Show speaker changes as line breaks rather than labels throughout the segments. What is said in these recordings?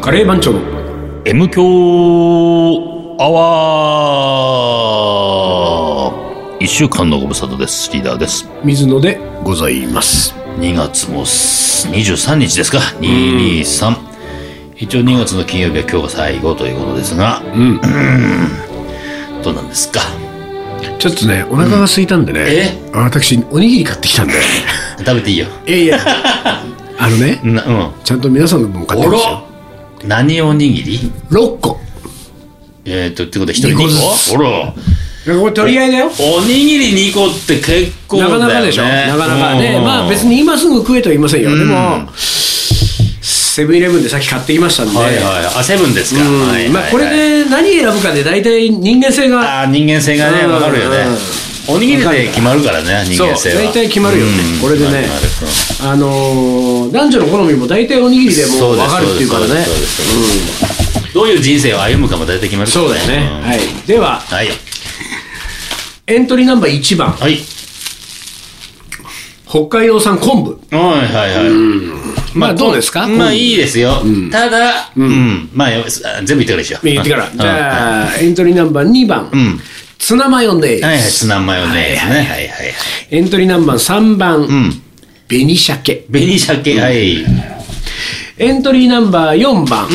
カレー番長
M 強アワー一週間のご無沙汰です。リーダーです。
水野で
ございます。
2月も23日ですか ?223。一応2月の金曜日は今日が最後ということですが、
ん
どうなんですか
ちょっとね、お腹が空いたんでね、私、おにぎり買ってきたんで。
食べていいよ。
いやいや、 あのね、
なうん。
ちゃんと皆さんの分買って
お
るんで
ろ
すよ。
何おにぎり
6個。
えっ、と、ってことで一人2
二個ず
個おろ
これ取り合いだよ
おにぎり2個って結構だ
な
よ
か
ね。
なかでしょ。なかなかね。
うん
まあ別に今すぐ食えとは言いませんよ。でも、セブンイレブンでさっき買っていましたんで。
はいはい。あ、セブンですか。
うん
はいはいはい
まあこれで何選ぶかで大体人間性が、
あー人間性がね、
うん
わかるよね。おにぎりで決まるからね、人
そう、
間性は。
大体決まるよね
うん。
これでね
決まる決まるう
あ
ん、
のー男女の好みも大体おにぎりでも
そう
う
です
分かるっていうから
そう
ね
で。すそうですそうですどういう人生を歩むかも大体決まるから
そうだよね。
ん
はい。では、
はい。
エントリーナンバー1番、
はい。
北海道産昆布。
はいはいはい。
まあどうですか
まあいいですよ。ただ、うん。まあ、よ全部言ってからでしょ。
言ってから。
うん
じゃあ、エントリーナンバー2番、
ん
ツナマヨネーズ。
はいはい、ツナマヨネーズね。はいはいはい。
エントリーナンバー3番、
うん。
紅鮭。
紅鮭、はい。
エントリーナンバー4番、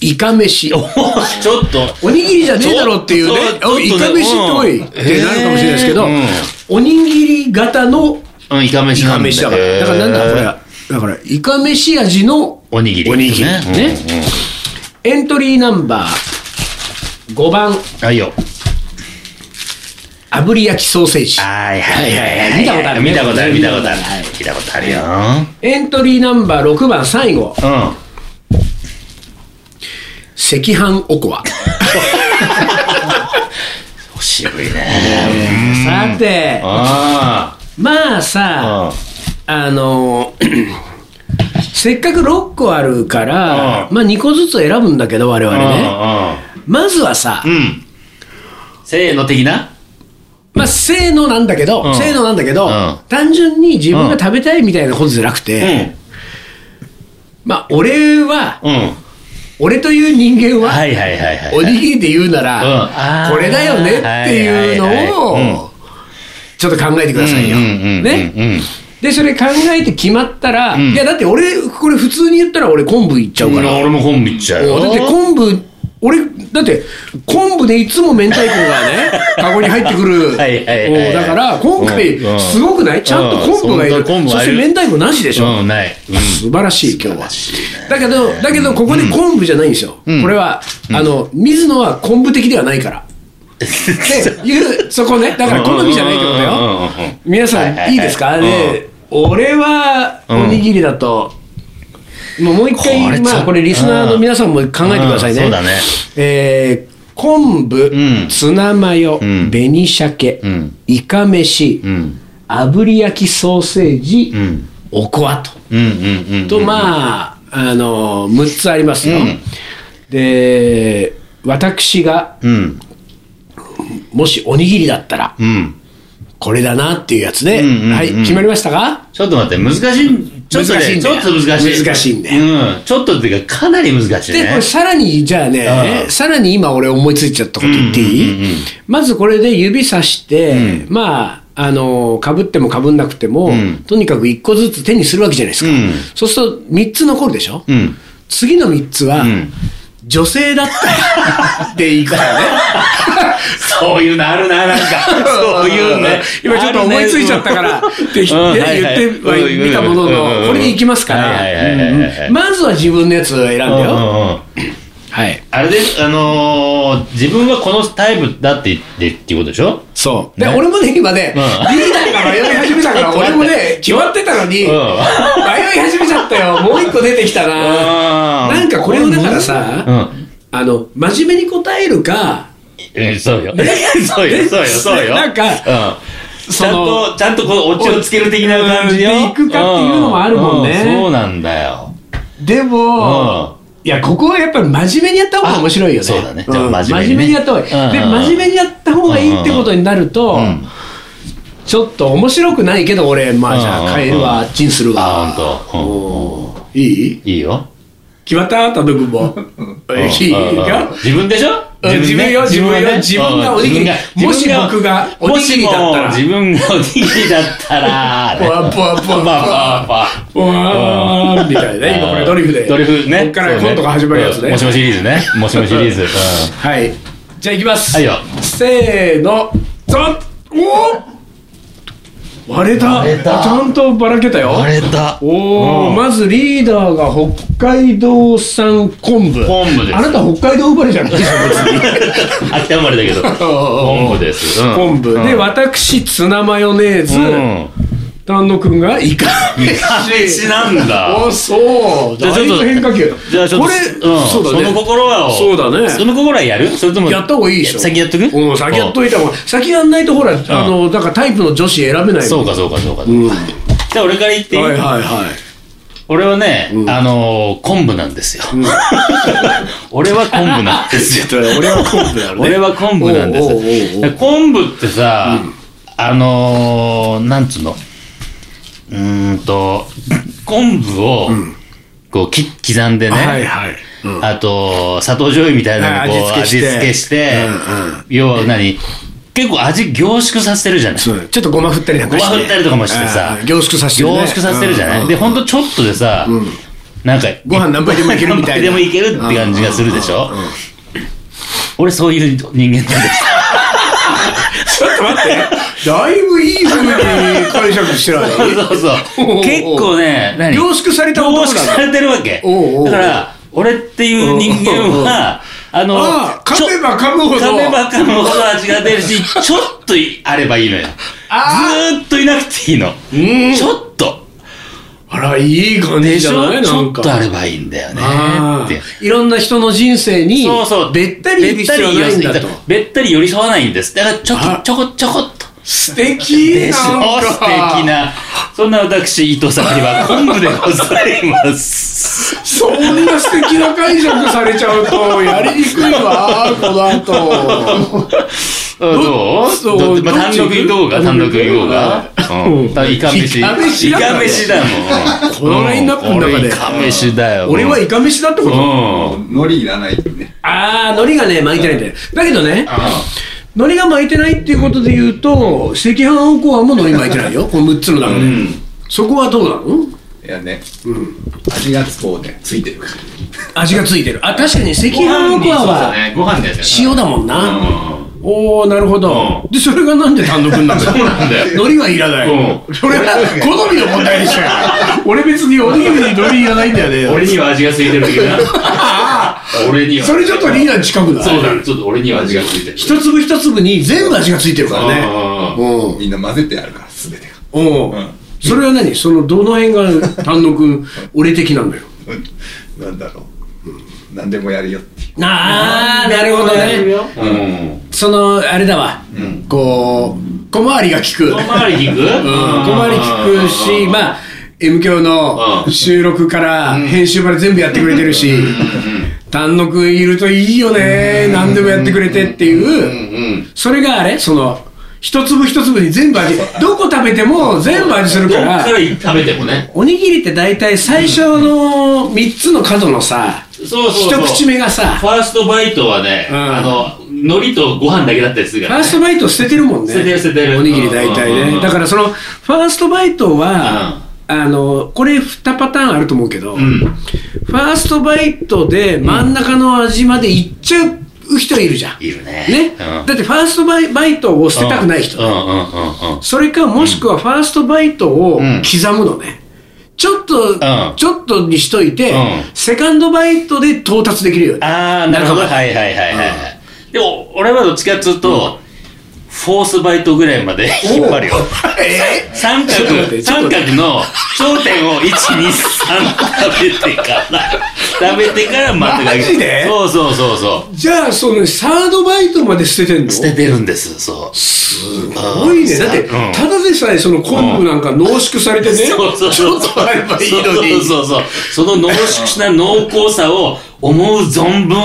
イカ飯。
おちょっと。
おにぎりじゃねえだろっていう
ちょ
ね
っ、と
おいイカ飯っぽい
うん
ってなるかもしれないですけど
えー、
おにぎり型の
うん、イカ
イ
飯な
カ
んだ
飯だから。だからなんだこれ。だから、イカ飯味の
おにぎり。
おにぎり
ね。
ね
うんうん
エントリーナンバー5番、
はいよ。
炙り焼きソーセージ。
はいはいはい
はい
は。
はいい見たことある
見たことある、見たことある
はい。
見たことあるよ。
エントリーナンバー6番、最後、
うん。
赤飯おこわ。
渋いね。
さて、
あ
まあ
あ。
さ、
う
あの ー、せっかく6個あるから、
うん
まあ2個ずつ選ぶんだけど、我々
ん。
ね。まずはさ
う、ん。うん。せーの的な
まあ、せーのなんだけど、
うん
せーのなんだけど、
うん
単純に自分が食べたいみたいなことじゃなく
う
て、
ん。
まあ、俺は、
うん。
俺という人間は、
はいはいはいはい。
おにぎりで言うな
うん
ら、
あー
これだよねっていう
はいはい
の
は
を、ちょっと考えてくださいよ。
うんうんうんうん
ね。で、それ考えて決まったら、
ん
いや、だって俺、これ普通に言ったら俺昆布いっちゃう
う
か
ん。
ら。
俺も本部行っちゃうよ。
だって昆布、俺、だって、昆布でいつも明太子が ね、カゴに入ってくる。
はいはいはいはい
おだから、今回
うんうん、
すごくないちゃんと昆布がい
うん
る。
昆布
そ
が
し
いる
て明太子なしでしょ。
うん、ない。うん。
素晴らしい、今日は。
しいね
だけど、だけど、ここで昆布じゃないんですよ。
ん
これは、あの、水野は昆布的ではない から。っていう、そこね。だから、好みじゃないってこと
うんうんうんうん
よ
うんうん。
皆さ
はいはいは
ん、
い
いいですかで、俺は、
うん
おにぎりだと、もうもう一
これ
回、
ちょっと
まあ、これ、リスナーの皆さんも考えてくださいね。
うんそうだね。
えー昆布
ん、
ツナマヨ、
ん
紅鮭
ん、
イカ飯
ん、
炙り焼きソーセージ
ん、
おこわと。
うんうんうん。
と、まあ、あの、6つありますよ。
うん
で、私が、
うん。
もしおにぎりだったら、
うん。
これだなっていうやつで、
うんうんうん
はい、決まりましたか
ちょっと待って、難しい。ちょっと
難しい
ね、
ん
ち
だ
ょ
よ
っと難しい。
難しいんだ
うん。ちょっとっていうか、かなり難しい
で、こ
ね
れ。さらに、じゃあ
う
ね、
ん
さらに今俺思いついちゃったこと言っていい、
うんうんうんうん
まずこれで指さして、まあ、あの、かぶってもかぶんなくても、
ん
とにかく一個ずつ手にするわけじゃないですか。
うん
そうすると3つ残るでしょ、
うん。
次の3つは、
ん
女性だった らでいくからね。
そういうのあるな、なんか。 そういうね。
今ちょっと思いついちゃったから、って言って
うんはいはい
はい見たもの
うんうん
の、これでいきますか
はいはいはい
ら
はいはい、
うんまずは自分のやつ選んでよ。
うんうんうん
はい。
あれで、あのー、自分はこのタイプだって言ってっていうことでしょ
そう。で、
ね
俺もね、今ね、リー
うん
ダーが迷い始めた から、俺もね、決まってたのに、迷い
うん
始めちゃったよ。もう一個出てきたな。 な
なん
かこれをだからさ、
うん。
あの、真面目に答えるか、
えそうよ。 そうよ、そうよ、そうよ。
なんか
うん、ち
そ
ゃん
の
と、ちゃんとこのオチをつける的な感じよ。
うんでいくかっていうのもあるもんね
うそうなんだよ。
でも、いや、ここはやっぱり真面目にやった方が面白いよね。
あそうだね
ん
じゃあ
真
真
面
面
目
目
に
に
や
ね
った方がいい。で、
うんうん
真面目にやった方がいいってことになると
ん、
ちょっと面白くないけど、俺、まあじゃ
うんうん
あ
うん
変えるわ、あっちにするわ。
あ、ほんと。
おーいい
いいよ。
決まった多分も。いい
うん
よ。
自分でしょ
うん自分よ自分よ自分がおにぎりもし僕がおにぎりだったら
もしも自分がおにぎりだったら。
ぽわぽわぽ
パ
わ
パ
ぽわ。
パ
ぽわーみたいなね。今これドリフで。
ドリフね。
こっから
そう
コントが始まるやつ
うん
ね
も。しもシリーズね。もしもシリ ーズ。うん
はい。じゃあ行きます。
はいよ。
せーの、ざんお割れた
割れた
ちゃんとばらけたよ。
割れた。
お
う
お、
ん
まずリーダーが北海道産昆布。
昆布です
あなた北海道生まれじゃないです か、別に。
秋田生まれ だけど。昆布です。うん
昆布。で、私、ツナマヨネーズ。
うん。
丹野くんがイカ
飯
飯。
なんだ。
あ、そう。
じゃあちょっと
だいぶ変化球だ。
じゃあちょっと、
これ、
うん
そうだね。
その心はを
そうだね
その心はやるそれとも。
やった方がいいでしょ。
先やっとく
うん、先やっといた方が。先やんないと、ほら、あの、だからタイプの女子選べない
そう
か。
かそうかそうか。
うん。
じ
はい
ゃあ俺から言っていい
はいはい。
俺はね、あのー、昆布なんですよ。 俺は昆布なんです よ。
俺は昆布だろうね。
俺は昆布なん
おうおうおう
です。昆布ってさ、あのー、なんつうの、うーんと、 昆布を、こう、き刻んでね、
はいはい。うん
あと、砂糖醤油みたいなのをこう
はい味付けし
味
て
付けして、
うんうん
要は何結構味凝縮させてるじゃない
そうだねちょっとごま振ったりなんかして。
ごま振ったりとかもしてさ
あー凝縮させてる、
凝
ね。
縮させてるじゃない、
うん
で、ほんとちょっとでさ、なんか、
ご飯何杯でもいけるみたいな。
でもいけるって感じがするでしょ、俺そういう人間なんです。
ちょっと待って。だいぶいい風に解釈してない。
そうそう
おうおう
結構ね、何
凝縮された男
凝
なん
縮
だ
されてるわけ。
おうおう
だから、俺っていう人間は、あの、
ああ、
ちょ
噛めば噛むほど。
噛めば噛むほど味が出 るし、ちょっとあればいいのよ。
あ
ずーっといなくていいの。
ん
ちょっと。
あら、いい感
で
じじ
し
ゃな
ょ
い
ち
な
ょ
ん
っ
か。
とあればいいんだよね
あー
って。
いろんな人の人生に、
そうそう。
べったりいる必要はないんだと。
べったり寄り添わないんです。だからちょ
あ
こちょこちょこっと。
素敵
でしょ
なんか
素敵。な。そんな私、伊藤さんには昆布でございます。
そんな素敵な解釈されちゃうと、やりにくいわ、この後。
あどう
そう
どうまあ
どっ
単
ち
独行こうか、単独行こうか。うん。だからイカ飯。
イカ飯
イ
だから
カ飯だもん。
このラインナップの中で
俺イカ飯だよ。
俺はイカ飯だってこと
う
海苔いらないってね。
あー、海苔がね、巻いてないんだよ。だけどね、海苔が巻いてないっていうことで言うと、赤飯おこわも海苔巻いてないよ。この6つの中で。そこはどうなの
いやね、味がこうね、ついてるから。
味がついてる。あ、確かに赤飯おこわは
ん。ご飯だよね。
塩だもんな。おー、なるほど。で、それがなんで単独になるのそうなんだよ。海苔はいらない。
う
それは好みの問題でしょ。俺別におにぎりに海苔いらないんだよね。
俺には味がついてるけ どな。俺には。
それちょっとリーダーに近くない
そうだね。ちょっと俺には味がついてる。
一粒一粒に全部味がついてるからね。
ね。
うん。
みんな混ぜてあるから、すべてが。
おうそれは何そのどの辺が丹野くん俺的なんだよ
うん。なんだろう。なんでもやるよっていう。
ああなるほどね
うん。
そのあれだわ、こう小回りが利く、うん、
小
小
回り聞く
回り利くしまあ M 響
う
の
ん
収録から編集まで全部やってくれてるし丹野くんいるといいよね何でもやってくれてっていう
うん。
それがあれその一粒一粒に全部味どこ食べても全部味する
ど
か
っからら食べてもね。
おにぎりって大体最初の3つの角のさ、
そうそうそう。
一口目がさ、
ファーストバイトはね、
うん
あの、海苔とご飯だけだったりする
フ
か
ァ
ら
ー
ね。
ストバイト捨ててるもんね。
捨ててる捨ててる
おにぎり大
うんうん
体
うんう
ね。
ん
だからその、ファーストバイトは、あの、これ2パターンあると思うけど、
うん。
ファーストバイトで真ん中の味までいっちゃう人いるじゃん。
いるね。
ね、
うん
だってファーストバイバイトを捨てたくない人。
うんうんうんうん。
それかもしくはファーストバイトを
うん
刻むのね。ちょっと、
ん
ちょっとにしといて、
うん
セカンドバイトで到達できるように。
ああ、なるほど。
仲間
はいはいはいはいはい。でも、俺はどっちかっつうと、フォースバイトぐらいまで引っ張るよ。
え
三
ちょっと待って
角、
ちょっと
三
待っ
角の頂点を1、2、3食べてから、食べてからまたかける
マジで
そうそうそうそう。
じゃあ、そのサードバイトまで捨ててんの
捨ててるんです、そう。す
すごいね。だって、
うん
ただでさえその昆布なんか濃縮されてね、
そうそう
ち
そ
ょ
う
っとあればいいのに。
そうそうそう。その濃縮した濃厚さを思う存分
ちょっ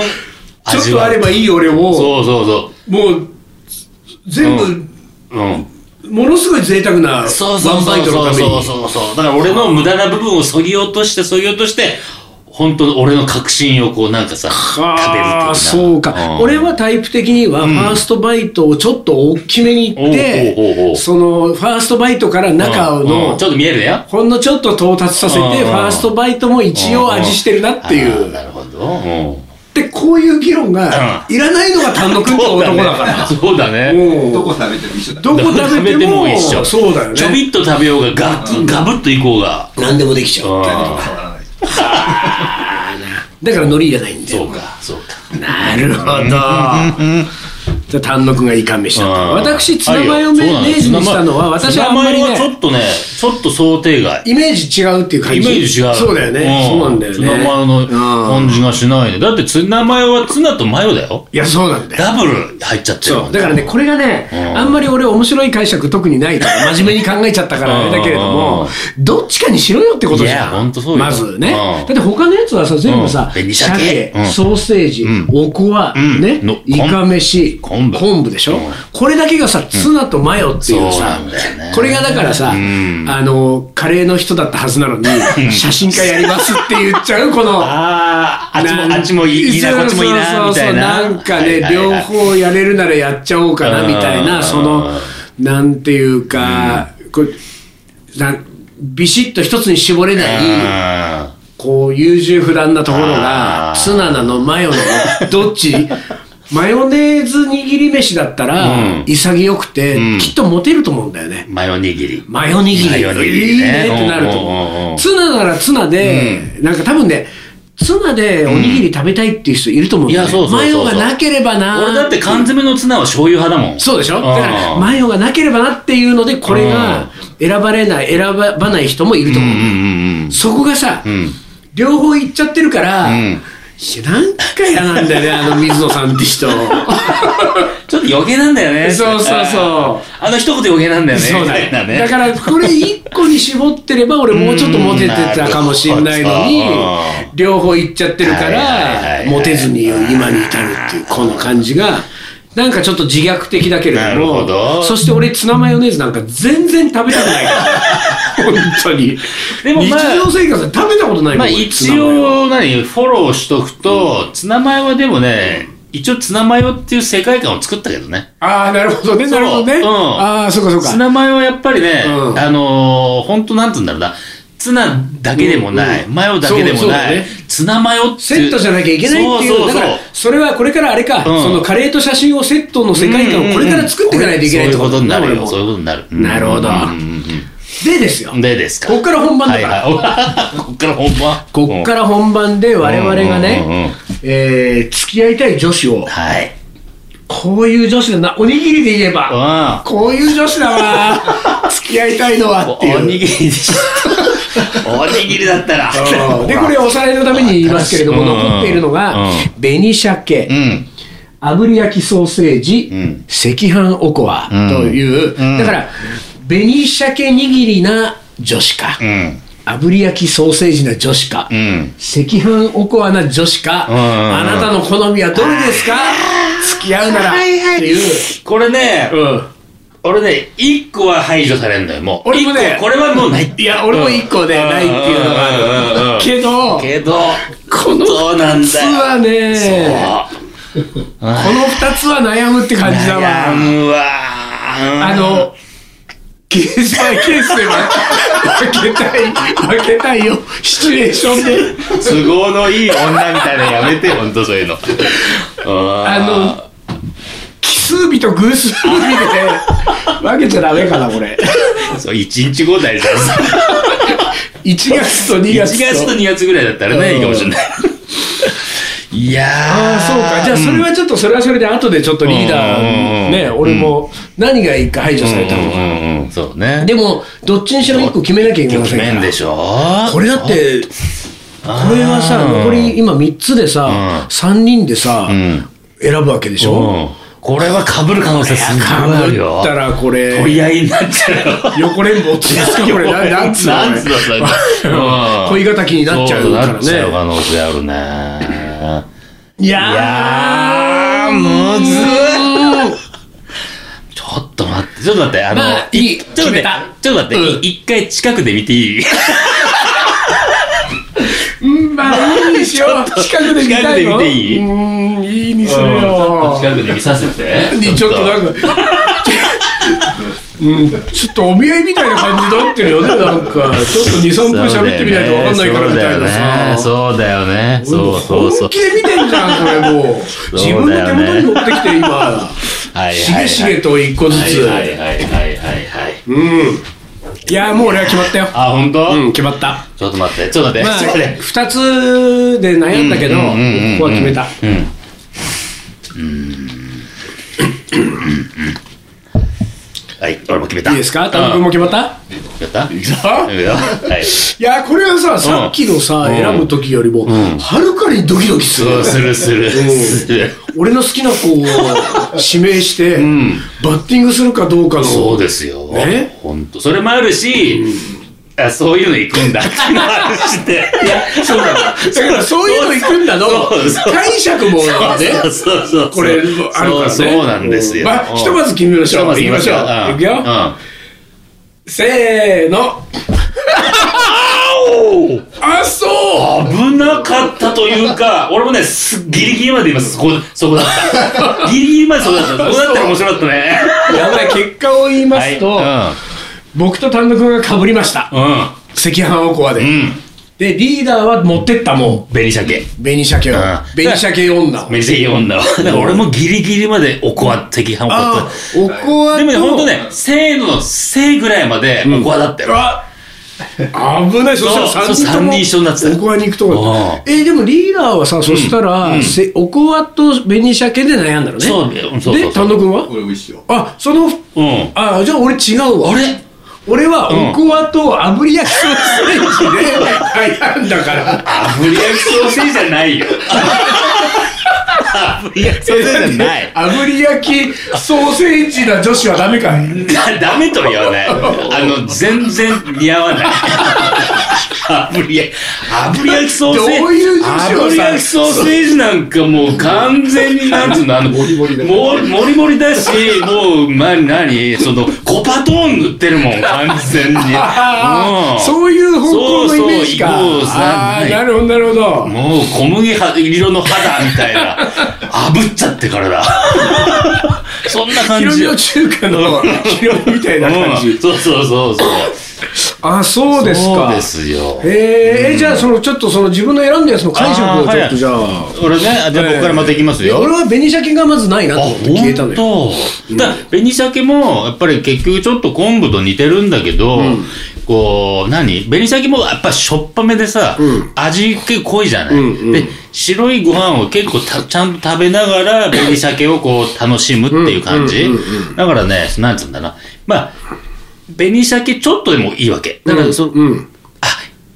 味
と
わ
あ
う。
ればいい俺を、
そうそうそ
もう、全部、
う。うん。
ものすごい贅沢なワン
そうそう
バ
そ
イ
う
トのため
そうそ
に
うそうそうだから俺の無駄な部分を削ぎ落として削ぎ落として本当の俺の確信をこうなんかさ食べる的
あ
な
あそうか、
ん
俺はタイプ的にはファーストバイトをちょっと大きめに行って、
おうおうおうおう
そのファーストバイトから中
う
の
んちょっと見えるね
ほんのちょっと到達させて
う
フ
んうん
ァーストバイトも一応味してるなってい
あー
う
なるほど、うん
でこういう議論がいらないのが丹野君と男だから
そうだね
うん
どこ食べても一緒だ
どこ食べても
一緒
そうだよ
ちょ
ね
びっと食べようがガブガブっといこうが
何でもできちゃう
うん
変わらない
だから海苔いらないんだ
そ
よ
うかそうか
なるほど。じゃあ丹野くんがいい勘弁したの
うん
私、ツナマヨを明
はい
治にしたのは、私
ツ
は
ナ
あん
マ
まり
ヨはちょ
ね、
っとねちょっと想定外
イメージ違うっていう感じ。
イメージ違う。
そうだよね。
ん
そうなんだよね。
ツナマヨの
うん
感じがしないね。だってツナマヨはツナとマヨだよ。
いや、そうなんだよ。
ダブル入っちゃってるも
そ
ん
う。だからね、これがね、
うん
あんまり俺面白い解釈特にないから、真面目に考えちゃったからあれだけれど
う
も
ん、
どっちかにしろよってことじゃん。
いやほんとそうよ
まずね。だ
うん
って他のやつはさ、全部さ、
うん紅鮭うん
ソーセージ
ん、
おこわ、
ん
ね
の、
いかめし、
昆布
昆布でしょ
うん
これだけがさ、ツナとマヨっていう
そう
さ
なんだよね、
これがだからさ、
うん
あの、カレーの人だったはずなのに、 写真家やりますって言っちゃう、この。
ああ、あっちも、
な
あっちもいいいいな、
そう
こっちもいいな、みたいな。
そうそうそうなんかね、
はいはいはい
両方やれるならやっちゃおうかな、
うん
みたいな、その、なんていうか、こうなビシッと一つに絞れない、こう、優柔不断なところが
あ、ー
ツナなの、マヨなの、 どっちマヨネーズ握り飯だった
う
ら
ん、
潔くて、
うん
きっとモテると思うんだよね。
うんマヨ握り。
マヨ握り。
マヨ握りね
いいねってなると
うんうんうんう
思う。
ん
ツナならツナで、なんか多分ね、ツナでおにぎり食べたいっていう人いると思うんだよね。
いやそうそうそうそう
マヨがなければな。
俺だって缶詰のツナは醤油派だもん。
そうでしょだ
ん
から、マヨがなければなっていうので、これが選ばれない、選ばない人もいると
うん
思う。
うん
そこがさ
うんう、ん。
両方いっちゃってるから、
う
い
ん
やなんか嫌なんだよね、あの水野さんって 人。
ちょっと余計なんだよね。
そうそうそう
あの一言余計なんだよね。
そうだ
みたいな
よ、
ね。
だからこれ一個に絞ってれば俺もうちょっとモテてたかもしれないのに
うんなるほど
両方いっちゃってるか
はいはいはい
ら
はい
モテずに今に至るっていうこの感じがなんかちょっと自虐的だけれ
な
ど
る
も
ほど
そして俺ツナマヨネーズなんか全然食べたく ないから本当に
でもまあ
日常生活で食べたことないも
まあ
ん、
一
ツナマヨ
応何フォローしとくと、ツナマヨはでもね一応ツナマヨっていう世界観を作ったけどね
ああなるほどねなるほどね、
うん
ああそうかそうか
ツナマヨはやっぱりね、
うん
あのー、ほんとなんつうんだろうなツナだけでもない、
うんうん
マヨだけでも
そうそうだ
ない、
ね
ツナマヨっていう
セットじゃなきゃいけないっていう
そうそ
だ
う
か
そう
らそれはこれからあれか、
うん
そのカレーと写真をセットの世界観をこれから作っていかないといけないって
そういうことになるよそう
俺
いう
も
ことになる
なるほど
うんうん
でですよ
うんでですか
こっから本番だ
は
か
い
ら、
はいこっから本番
こっからら本番で我々がね、
うんうんうんうん
えー付き合いたい女子を
はい
こういう女子だなおにぎりで言えば、
う
こういう女子だ わ付き合いたいのはってい
んお
う
にぎりでしたおにぎりだったら
うんでこれおさらいのために言いますけれども
うん
残っているのが
うん
紅鮭、
うん
炙り焼きソーセージ、
うん
赤飯おこわという、
うん
だから紅鮭握りな女子か、
うん
炙り焼きソーセージな女子か、
うん
赤飯おこわな女子か、
うんうんうん
あなたの好みはどれですか付き合うならっていう、
これね、
うん
俺ね、一個は排除されんのよ、もう。
俺もね
一個これはもうない。
いや俺も一個でないっていうの
うんうんう
が
んう
あ
ん
るけど
けど、
この
そうな
2
んだ
つ
よ。
はね
そう。
この2つは悩むって感じだわ
悩むわ。
あ
あ、
の、ケースバイケースで分けたい、分けたいよ、シチュエーションで。
都合のいい女みたいなのやめて、ほんとそういうの。あ
あの、奇数日と偶数日で分けちゃダメかな、これ。
の、そう、一日後だよ、
1月と2
1
月と。
月と2月ぐらいだったらね、いいかもしれない。いやー。
ああ、そうか。じゃあ、それはちょっと、それはそれで、後でちょっとリーダ
うん
ー、ね、俺も、何がいいか排除されたの
う
か。
んうんうん、そうね。
でも、どっちにしろ1個決めなきゃいけませんから。
面でしょ
これだって、これはさ、残り今3つでさ
う、ん
3人でさ
ん、
選ぶわけでしょ
うんこれは被る可能性すごいあるよ。
ったらこれ、
取り合いになっちゃうよ。
横連合っていうんですか、こ れ、ななんつうの
なんつうのそれ うん
恋敵になっちゃうから
そなっちゃう
ね。
可能性あるね。
い
いや
や
ー、むずい。ちょっと待って、ちょょっと待って、あの、
まあいい
いちょっと待って
決めた、
ちょっと待って、
うん
い一回近くで見ていい
うん、まあいいでしょう。近くで見たいの。
近くで見ていいう
ーん、いいにする
ちょ
よ
っと。近くで見させて。
にちょっとなんか、 うん、ちょっとお見合いみたいな感じだってるよね、なんか。ちょっと2、3分喋ってみないとわかんないからみたいなさ。
そうだよね。そうそうそう
本気。で見てんじゃん、これもう。自分の手元に持ってきて、今。
はい
し
はいは
げ
い
しげと一個ずつ。
はいはいはいはいはい。
うん。いや、もう俺は決まったよ。
あ、本当？
うん、決まった。
ちょっと待って、ちょっと待って。
まあ
ちょっと待っ、て
二つで悩んだけど、こ
うんうんうんうん
こは決めた。
うん。はい、俺も決めた。
いいですか田く君も決まった
決めたい
さ
くよ。はい。そ
いや、これはさ、さっきのさ、
ん
選ぶ時よりも、はるかにドキドキする。
うするするする。
俺の好きな子を指名して、
ん
バッティングするかどうかの。
そうですよ。
ね
本当それもあるし、あそういうの行くんだ っていうのもあるしで。いや、そうだ
だ
わ。
からそういうの行くんだの
そうそう
解釈もね、
そうそうそう。
これあるからね。
そうそうなんですよ。
まあ、
うん
ひとまず決めましょう。行きましょう。行くよ。せー の。あ、そう
危なかったという か、俺もね、すギリギリまで今そこ、そこだ った。ギリギリまでそこだった。そこだったら面白かったね。
やばい、結果を言いますと、僕と丹野くんが被りました。
う
赤飯おこわで。
ん。うん。うん。
で、リーダーは持ってったも
紅鮭。
ん。紅鮭を
うん。
紅鮭女を。
めぜいい女は。だから俺もギリギリまでおこわ的反応だ
あ
っ
ー、おこわ
た。
と。
でもね、ほんとね、せーの、せーぐらいまでおこわだったよ。
あ危ない、そしたら
そうそう
3
三人一緒になって
お
た
こわに行くとこだった。え、でもリーダーはさ、そしたら、せおこわと紅鮭で悩んだのね。
そうそうそう
で、丹野くんは
俺も一緒
あ、その、
うん。
あ、じゃあ俺違うわ。
あれ
俺は
うん
おこわと炙り焼きソーセー ジで悩んだから。
炙り焼きソーセージじゃない よ。炙り焼きソーセージじゃない。
炙り焼きソーセージな女子はダメかい
だダメとは言わない。あの、全然似合わない。炙り焼き、炙り焼きソーセージ。
どういう女子をさ
炙り焼きソーセージなんかもう完全になんつうの、あの、も
リモリだ
りもりもりだし、もう、ま、なに、その、コパトーン塗ってるもん、完全に。
ああ、
も
そういう方向のイメージか。
そうそうイコールさ
ああ、
ない
なるほど、なるほど
う、。もう小麦は色の肌みたいな、炙っちゃってか らだ。そんな感
ヒロ
じ
ミ
よ
の。中華のヒロミみたいな感
う
じ
ん。そうそうそうそう。
あ、そうです
そう
か
で。すよ。
えー、じゃあそのちょっとその自分の選んだやつの解釈
あ
を
ー
ち
はい
ょっとじゃあ。
俺ね、あじゃあ
ええ
僕からまたいきますよ。
俺は紅鮭がまずないな
あ、
と思って消えたの
本
よ。
当。だから紅鮭も、やっぱり結局ちょっと昆布と似てるんだけど、こう、何紅鮭もやっぱしょっぱめでさ、味結構濃いじゃない、
んうん
で、白いご飯を結構たちゃんと食べなが ら、紅鮭をこう楽しむっていう感じ、だからね、なんつうんだな。まあ、紅鮭ちょっとでもいいわけ。だから、その
うん。
あ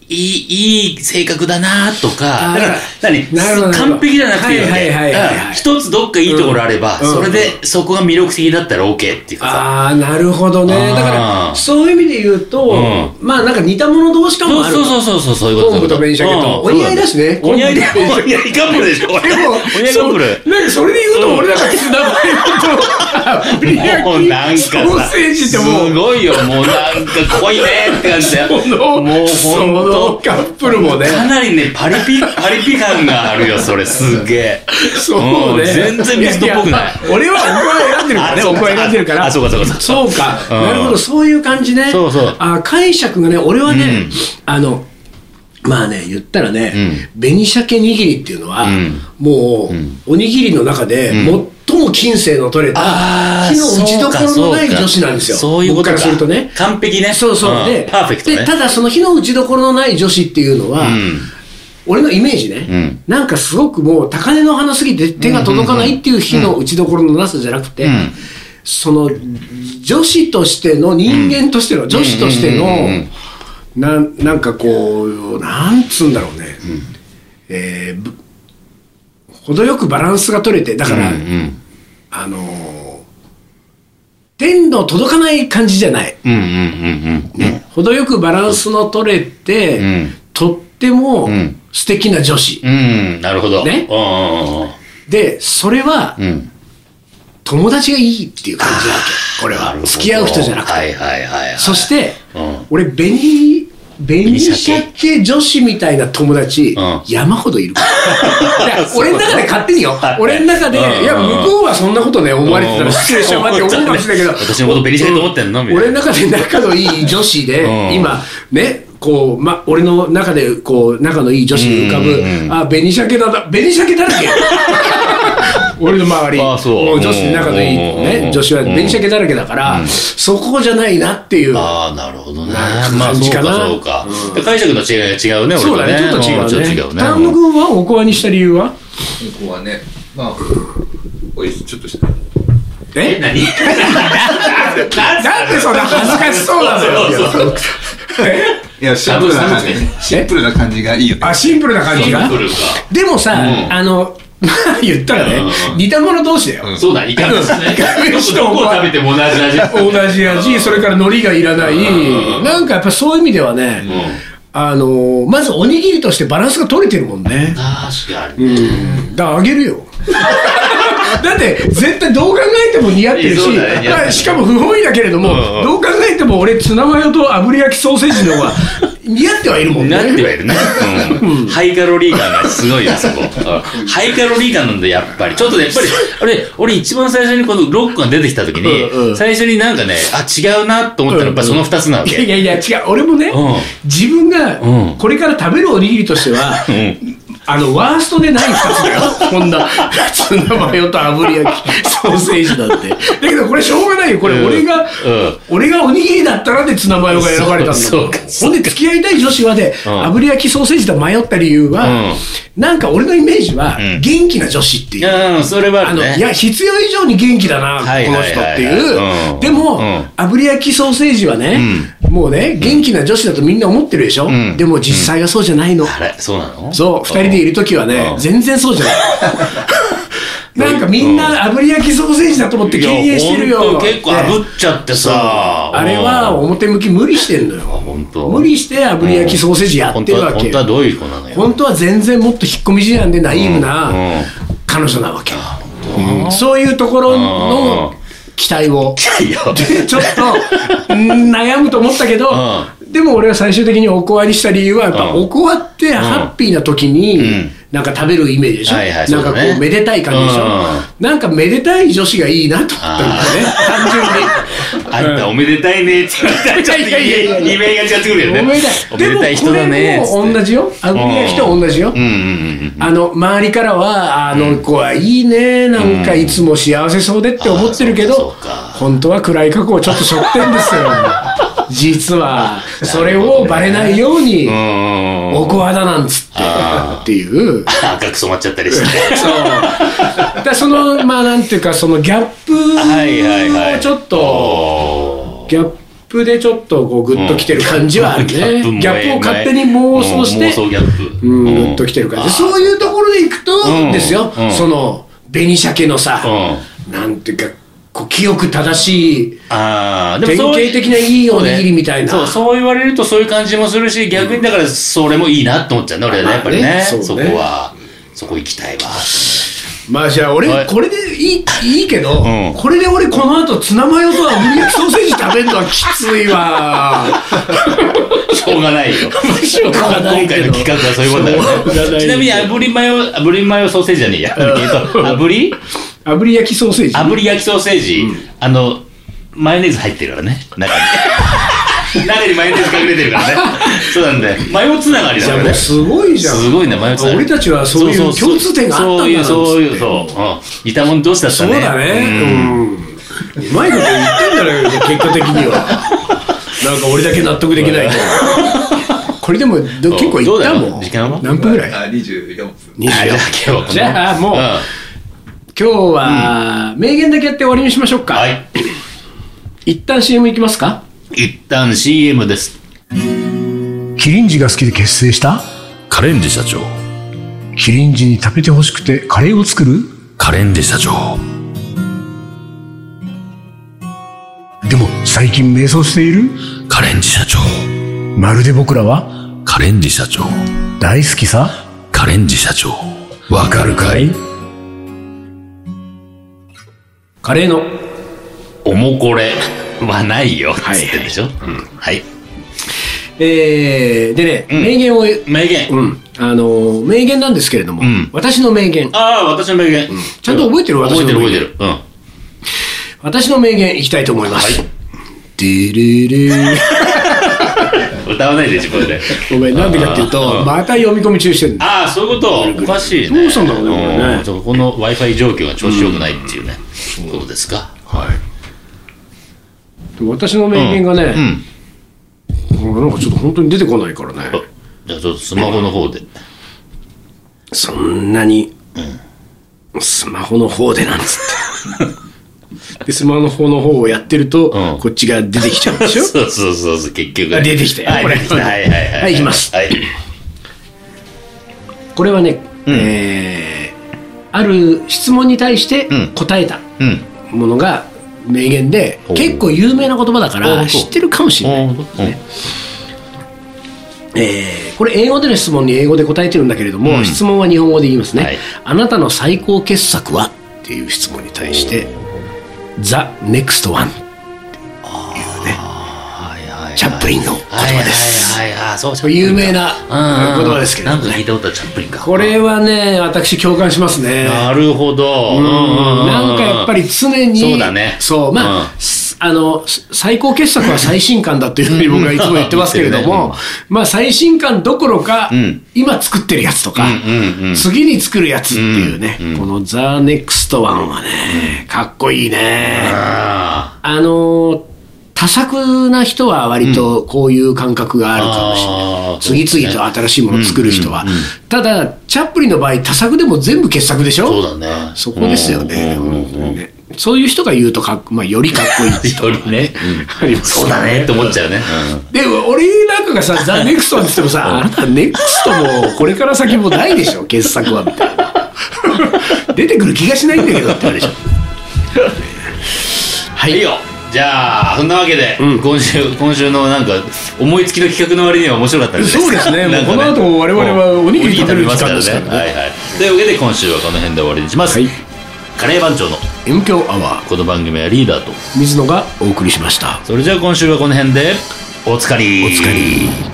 いい、いい性格だなと
あー
か、だから、何
なるほどなるほど
完璧じゃなくていいわけ
はいはいはいはいはい
うん一つどっかいいところあれば、
うん
それで、そこが魅力的だったら OK っていうかさ。
ああ、なるほどね。
あー
だから、そういう意味で言うと、まあなんか似た者同士か
そ
も
う
ある。
そうそうそうそう、そういうこと。
昆布と紅鮭と。お似合いだ
し。
しね。
お似合いで、
昆布と
お似合いカップルでしょ。お似
でも
合いカップル。
そうなんかそれで言うと、俺なんかつながりと、ソーセ
もうなんかさ、
ージっても
す
う、
ごいよ、もうなんか濃いねって感じだよ。
その、
もう
そ
ほん
の
と。
カップルもね、
かなりね、パリピ、パリピ感があるよ、それ、すげえ。
そうね。
ん全然水戸っぽくな
や。
い
や俺はお前選んでるからね、
あそ
お
うか
前選んでるから。
あそうかそうかそうか
そうか。
うん
なるほど、そういう感じね。
そうそう
あ解釈がね、俺はね
うん、
あの、まあね、言ったらね、紅鮭握りっていうのは
ん、
もう、おにぎりの中で、最も金星の取れた、
あー
火の打ちどころのない
そうか
女子なんですよ。
そういうこと
僕か
か
らするとね。
完璧ね
そうそう。
ん
で、
パーフェクトね
でただその火の打ちどころのない女子っていうのは
ん、
俺のイメージね、
うん
なんかすごくもう高値の花すぎて手が届かないっていう火の打ちどころのなさじゃなくて、
ん
その女子としての人間としての、女子としての、なんなんかこうなんつうんだろうね、えーぶ程よくバランスが取れてだから、
うん
あのー天の届かない感じじゃない。
うんうんうんうんうん
程よくバランスの取れて、
うん
とっても
ん
素敵な女子、
うんなるほど
ね
うん
でそれは
うんうん
友達がいいっていう感じなわけこれ
な
は
るほど
付き合う人じゃなくて、
はいはいはい、はい。
そして、
うん
俺紅紅鮭女子みたいな友達、
うん
山ほどいるからいや
そう
俺の中で勝手によ
はい
俺の中で、
うんうんうん
いや向こうはそんなことね思われてたら失礼しちゃうわって思うかもしれないけど
私のこと紅鮭と思ってんのみたいな
俺の中で仲のいい女子で、
うん
今ねこうま、俺の中でこう仲のいい女子に浮かぶ、
うんうん
あ紅鮭だな紅鮭だらけ俺の周り
ああそう
も女子の仲のいい、
うんうんう
ね
ん、
女子は紅鮭だらけだから、そこじゃないなっていう
ああ、なるほどね。
なんか
まあ、
感
そう
じ
か、
かな
そうか。で解釈の違いが違うね、俺
そう
は
だ
ね。
ね、ちょっと違うね。
んちょっと違うね。
丹野君はおこわにした理由は
向こうはねまあおいちょっとし
え、何
なんでそんな恥ずかしそうなのよ。
そうそう。
いやシンプルな感じシンプルな感じがいいよね
あ、シンプルな感
シ
じが
ンプルか。
でもさ、
うん
あの、 まあ言ったらね
う、ん
似た者同士だよ。
そうだ、イカ飯ね。
イカ飯と
どこを食べても同じ味。
同じ味、それから海苔がいらない。
うん
なんかやっぱそういう意味ではね、あの、まずおにぎりとしてバランスが取れてるもんね。
確かに。
だからあげるよ だって絶対どう考えても似合ってる
そ
し、
うだね似合ってる
あしかも不本意だけれども、
うんうん
どう考えても俺ツナマヨと炙り焼きソーセージの方が似合ってはいるもんね
なってはいるね。うんハイカロリー感がすごいよ、そこ。うんハイカロリー感なんだ、やっぱり。ちょっとね、やっぱり、あれ、俺一番最初にこのロックが出てきた時
うんう
に、
ん
最初になんかね、あ、違うなと思ったら、やっぱその二つなわ
いやい
け。
やいや違う俺もね、
う
自分が
うん
これから食べるおにぎりとしては、
ん
あのワーストでない2つだよ こんなツナマヨと炙り焼きソーセージだってだけどこれしょうがないよこれ俺が、
うん
俺がおにぎりだったらでツナマヨが選ばれたんだ
そうそうか
ほんで付き合いたい女子はで、
ん
炙り焼きソーセージと迷った理由は、なんか俺のイメージは、
ん
元気な女子っていう。
うん、それはあ
あ
る
の
ね。
いや必要以上に元気だな、
はいはいはいはい
この人っていう、
うん
でも、
うん
炙り焼きソーセージはね、もうね元気な女子だとみんな思ってるでしょ、
ん
でも実際はそうじゃないの、
あれ、そうなの
そう、二人でいるときはね、全然そうじゃない。 なんかみんな炙り焼きソーセージだと思って敬遠してる
いやほ
よ
ん。と結構
ね
炙っちゃってさ。
あれは
うん
表向き無理してんのよ。
本当
無理して炙り焼きソーセージやってるわ
本
け
当は本当は。どういう子なのよ。
本当は全然もっと引っ込み思案でナイーブな
うんうん
彼女なわけ。うんそういうところの期待を。
いや
で ちょっとうん悩むと思ったけど、
う
でも俺は最終的におこわにした理由はやっぱ、
うん
おこわってハッピーな時
うん
になんか食べるイメージでしょ、
はいはい
なんかこ
そうだね
うめでたい感じでしょ、
うん
なんかめでたい女子がいいなと思ったんだよね単純に。
あんたおめでたいねって言ったらちょっと
いやいやいやいや
意味が違ってく るよね。
おめでたい。
おめでたい人だね
で
っ
も
つ
こ
って。
れも同じよ。あの、焼きと同じよ。
うんうんうん
あの周りからは、あの子はいいね、なんかいつも幸せそうでって思ってるけ
あーそう
ど
かそうか、
本当は暗い過去をちょっと背負ってんですよ、 実は、それをバレないように
う、ん。うん。
おこわだなんつって、っていう、
赤く染まっちゃったりして。
そう、だからその、まあなんていうか、そのギャッ
はいはいは
プ
い。
をちょっと、
おー
ギャップでちょっとこうグッときてる感じはあるね、
ギャップも
ギャップを勝手に妄想し
うん
て
妄、想ギャップ。
うん、
うん
グッときてる感じ
あー
そういうところでいくと、
うん
ですよ、
うん
その紅鮭のさ、
う
なんていうかこう清く正しい
ああ、で
典
も
型
そう
的ないいおにぎりみたいな、
そう、そう言われるとそういう感じもするし、逆にだからそれもいいなと思っちゃうね、俺はね、やっぱり
まあ
ね。
ね
そ
そ
こ
うね
は、そこ行きたいわ。
まあじゃあ
は
俺
い
これでいいいいけど、
うん
これで俺この後ツナマヨと炙り焼きソーセージ食べるのはきついわ
しょうがな いよ。
しょうがない
今
け
回の
ど
企画はそういうことだ
しょうが
よ
ないよ
ね。ちなみに炙りマヨ、炙りマヨソーセージじゃ ねえや。炙り
炙り焼きソーセージ
炙り焼きソーセージ、あの、マヨネーズ入ってるからね、中 に。中にマヨネーズ隠れてるからね。そうなんだよ。マヨつながりだ
じゃ
か
あ
ら
もう
ね。
すごいじゃん
すごいね、マヨつながり。
俺たちはそういう共通点があったんだ
そういう、そう
なん
い
つっ
う、
て
そう。うん似たもん同士だった
そう
ね。
だね。うん。うまいこと言ってんだね、結果的には。なんか俺だけ納得できないけど。これでも、ど結構いった
どうだ
も
ろ
ん。
う時間は
何分ぐらい今
あ24分
あじゃあ今日はこの
じゃあもう
うん
日は、名言だけやって終わりにしましょうか。
はい。
一旦 CM いきますか。
一旦 CM です。
キリンジが好きで結成した
カレンジ社長
キリンジに食べてほしくてカレーを作る
カレンジ社長
でも最近迷走している
カレンジ社長
まるで僕らは
カレンジ社長
大好きさ。
カレンジ社長わかるかい
カレーの
おもこれはないよ、つってんでしょ。うんはい。
えー、でね、
ん
名言を、
名言。
うん、あの名言なんですけれども、
ん
私の名言
ああ、私の名言。
ちゃんと覚えてる
覚えて
私
る
の
覚
名
えて
言
る。うん。
私の名言いきたいと思います、
はい
ディレレ
歌わないで自分で。
ごめんなんでかっていう
う
と
ん
また読み込み中してるんだ
ああ、そういうこと。おかしいね。
どうしたんだろうねこれね
うんちょっとこの Wi-Fi 状況が調子良くないっていうね。ことですか。
はいでも私の名言が
う
ね、
ん。
なんかちょっと本当に出てこないからね、
じゃあちょっとスマホの方で。
そんなに、スマホの方でなんつって でスマホの方をやってると、
うん
こっちが出てきちゃうでしょ
そうそうそうそう、結局ね。
あ出てきたよ
はい
これ
出てきたはいはいはい。
はいいきます
はい。
これはね、えーある質問に対して
うん
答えた
うん。
ものが名言で、
ほう
結構有名な言葉だか
ほうほ
ら
う
知ってるかもしれない、
うんうん
えーこれ英語での質問に英語で答えてるんだけれども、
うん
質問は日本語で言いますね、
はい
あなたの最高傑作はっていう質問に対して「The Next One
はいはいはい」
チャップリンの言葉です、
はいはいはいはい。そう、
これ有名な
うんうん
言葉ですけど
なんか聞いたことはチャップリンか。
これはね私共感しますね
なるほど。う
なんかやっぱり常に、
そうだね
そうまあ、
うん
すあの、す最高傑作は最新刊だというふうに僕はいつも言ってますけれど
うん
も、まあ最新刊どころか、
ん
今作ってるやつとか、
うんうんうん
次に作るやつっていうね、このザ・ネクストワンはね、かっこいいね。
あ
あの、多作な人は割とこういう感覚があるかもしれない。
あーそうですね
次々と新しいものを作る人は。
うんうんうん
ただ、チャップリンの場合、多作でも全部傑作でしょ
あ。そうだね。
そこですよね。
うんうんうん
本当にねそういう人が言うとかっこまあ、よりかっこいいっていう
よりね。
あります
そうだねって思っちゃうね。
でも、俺なんかがさ、ザ・ネクストって言ってもさ、あなたネクストも、これから先もないでしょ、傑作は、みたいな。 出てくる気がしないんだけどって言われちゃう。
はい。いいよ。じゃあ、そんなわけで、今週、今週のなんか、思いつきの企画の割には面白かったんじゃないですか。
そう ですね
なんか
もうこの後も我々はおにぎり食べる時間
おにぎり食べますからね。はいはい。というわけで、今週はこの辺で終わりにします。
はい
カレー番長の
M 強アワ
この番組はリーダーと。
ー、水野がお送りしました。
それじゃあ今週はこの辺で、おつかり。
お疲れ。